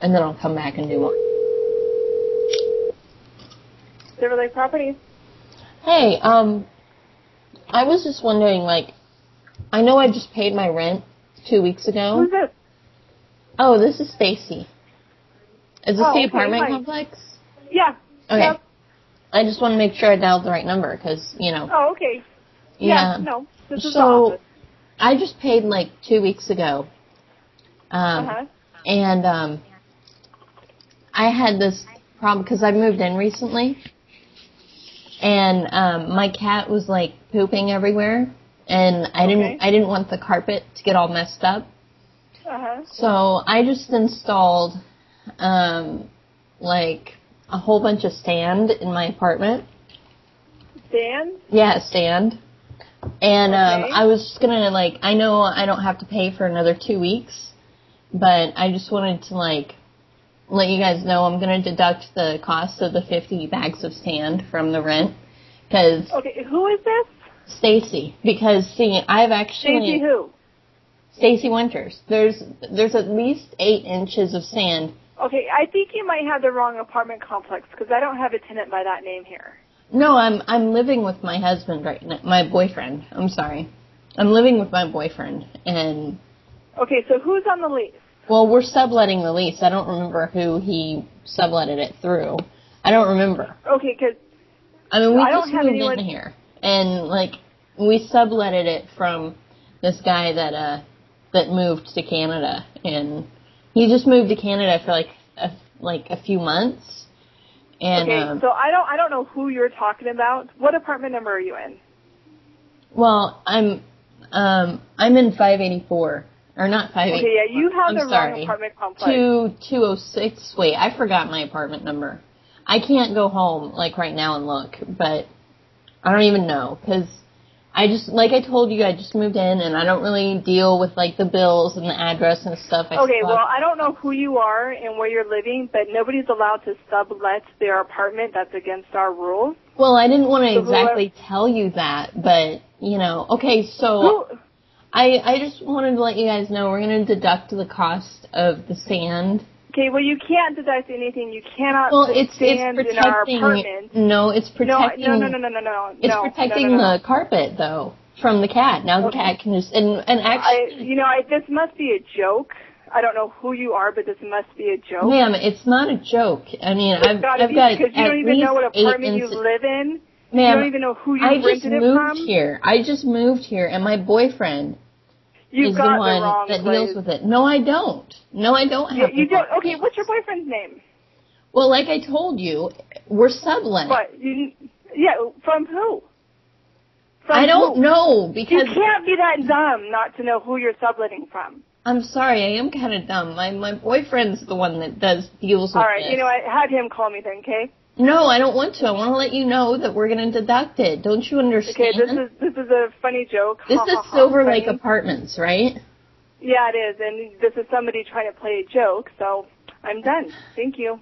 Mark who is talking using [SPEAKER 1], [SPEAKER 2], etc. [SPEAKER 1] and then I'll come back and do one.
[SPEAKER 2] Silver Lake Properties.
[SPEAKER 1] Hey, um, I was just wondering, like, I know I just paid my rent two weeks ago.
[SPEAKER 2] Who's this?
[SPEAKER 1] Oh, this is Stacy. Is this
[SPEAKER 2] Oh,
[SPEAKER 1] the
[SPEAKER 2] okay,
[SPEAKER 1] apartment
[SPEAKER 2] hi.
[SPEAKER 1] complex?
[SPEAKER 2] Yeah.
[SPEAKER 1] Okay.
[SPEAKER 2] Yep.
[SPEAKER 1] I just want to make sure I dialed the right number because you know.
[SPEAKER 2] Oh, okay.
[SPEAKER 1] yeah.
[SPEAKER 2] No, this is the
[SPEAKER 1] So
[SPEAKER 2] office.
[SPEAKER 1] I just paid like two weeks ago, um,
[SPEAKER 2] Uh-huh.
[SPEAKER 1] and um, I had this problem because I moved in recently, and um, my cat was like pooping everywhere, and I
[SPEAKER 2] Okay.
[SPEAKER 1] didn't I didn't want the carpet to get all messed up.
[SPEAKER 2] Uh-huh.
[SPEAKER 1] So I just installed um, like a whole bunch of sand in my apartment.
[SPEAKER 2] Dan?
[SPEAKER 1] Yeah, stand. And um,
[SPEAKER 2] Okay.
[SPEAKER 1] I was just gonna like, I know I don't have to pay for another two weeks, but I just wanted to like let you guys know I'm gonna deduct the cost of the 50 bags of sand from the rent because
[SPEAKER 2] Okay, who is this?
[SPEAKER 1] Stacy. Because see, I've
[SPEAKER 2] Stacy
[SPEAKER 1] actually
[SPEAKER 2] who?
[SPEAKER 1] Stacy Winters. There's there's at least eight inches of sand.
[SPEAKER 2] Okay, I think you might have the wrong apartment complex because I don't have a tenant by that name here.
[SPEAKER 1] No, I'm I'm living with my husband right now. My boyfriend. I'm sorry. I'm living with my boyfriend, and
[SPEAKER 2] Okay, so who's on the lease?
[SPEAKER 1] Well, we're subletting the lease. I don't remember who he subletted it through. I don't remember.
[SPEAKER 2] Okay, 'cause
[SPEAKER 1] I mean, we
[SPEAKER 2] I don't
[SPEAKER 1] just
[SPEAKER 2] have
[SPEAKER 1] moved
[SPEAKER 2] anyone-
[SPEAKER 1] in here, and like we subletted it from this guy that uh that moved to Canada, and he just moved to Canada for like a, like a few months, and
[SPEAKER 2] okay,
[SPEAKER 1] um,
[SPEAKER 2] so I don't I don't know who you're talking about. What apartment number are you in?
[SPEAKER 1] well, I'm um I'm in 584 or not 584.
[SPEAKER 2] Okay, yeah, you have
[SPEAKER 1] I'm
[SPEAKER 2] the wrong
[SPEAKER 1] sorry.
[SPEAKER 2] apartment complex.
[SPEAKER 1] Two two oh six. Wait, I forgot my apartment number. I can't go home like right now and look, but I don't even know because I just like I told you I just moved in and I don't really deal with like the bills and the address and stuff. I
[SPEAKER 2] Okay,
[SPEAKER 1] still
[SPEAKER 2] well,
[SPEAKER 1] have-
[SPEAKER 2] I don't know who you are and where you're living, but nobody's allowed to sublet their apartment. That's against our rules.
[SPEAKER 1] well, I didn't want to
[SPEAKER 2] So who are-
[SPEAKER 1] exactly tell you that, but you know, okay, so
[SPEAKER 2] Who?
[SPEAKER 1] I I just wanted to let you guys know we're gonna deduct the cost of the sand.
[SPEAKER 2] Okay, well, you can't deduct anything. You cannot
[SPEAKER 1] Well,
[SPEAKER 2] put
[SPEAKER 1] it's it's
[SPEAKER 2] sand in our
[SPEAKER 1] protecting.
[SPEAKER 2] apartment.
[SPEAKER 1] No, it's
[SPEAKER 2] No,
[SPEAKER 1] protecting.
[SPEAKER 2] no, no, no, no, no, no.
[SPEAKER 1] It's
[SPEAKER 2] no,
[SPEAKER 1] protecting
[SPEAKER 2] no, no, no.
[SPEAKER 1] the carpet though from the cat. Now the
[SPEAKER 2] Okay.
[SPEAKER 1] cat can just and and
[SPEAKER 2] I,
[SPEAKER 1] actually,
[SPEAKER 2] you know, I, this must be a joke. I don't know who you are, but this must be a joke.
[SPEAKER 1] ma'am, it's not a joke. I mean, I've
[SPEAKER 2] it's gotta
[SPEAKER 1] I've
[SPEAKER 2] be
[SPEAKER 1] got
[SPEAKER 2] because you
[SPEAKER 1] at
[SPEAKER 2] don't even
[SPEAKER 1] least
[SPEAKER 2] know what
[SPEAKER 1] eight
[SPEAKER 2] apartment you
[SPEAKER 1] inci-
[SPEAKER 2] live in. you
[SPEAKER 1] Ma'am,
[SPEAKER 2] don't even know who you
[SPEAKER 1] I just
[SPEAKER 2] rented it
[SPEAKER 1] moved
[SPEAKER 2] from.
[SPEAKER 1] here. I just moved here, and my boyfriend
[SPEAKER 2] You've
[SPEAKER 1] is
[SPEAKER 2] got
[SPEAKER 1] the one
[SPEAKER 2] wrong
[SPEAKER 1] that
[SPEAKER 2] place.
[SPEAKER 1] deals with it. No, I don't. No, I don't
[SPEAKER 2] Yeah,
[SPEAKER 1] have.
[SPEAKER 2] you
[SPEAKER 1] the
[SPEAKER 2] don't.
[SPEAKER 1] wrong
[SPEAKER 2] Okay,
[SPEAKER 1] place.
[SPEAKER 2] what's your boyfriend's name?
[SPEAKER 1] Well, like I told you, we're sublet.
[SPEAKER 2] What? You, yeah, from who? From
[SPEAKER 1] I don't
[SPEAKER 2] who?
[SPEAKER 1] know
[SPEAKER 2] You
[SPEAKER 1] because
[SPEAKER 2] can't be that dumb not to know who you're subletting from.
[SPEAKER 1] I'm sorry, I am kind of dumb. My my boyfriend's the one that does deals with
[SPEAKER 2] All right,
[SPEAKER 1] this.
[SPEAKER 2] you know what? Have him call me then, okay?
[SPEAKER 1] No, I don't want to. I want to let you know that we're going to deduct it. Don't you
[SPEAKER 2] Okay,
[SPEAKER 1] understand?
[SPEAKER 2] this is this is a funny joke.
[SPEAKER 1] This
[SPEAKER 2] Ha,
[SPEAKER 1] is
[SPEAKER 2] ha, ha,
[SPEAKER 1] Silver
[SPEAKER 2] funny.
[SPEAKER 1] Lake Apartments, right?
[SPEAKER 2] Yeah, it is, and this is somebody trying to play a joke. So I'm done. Thank you.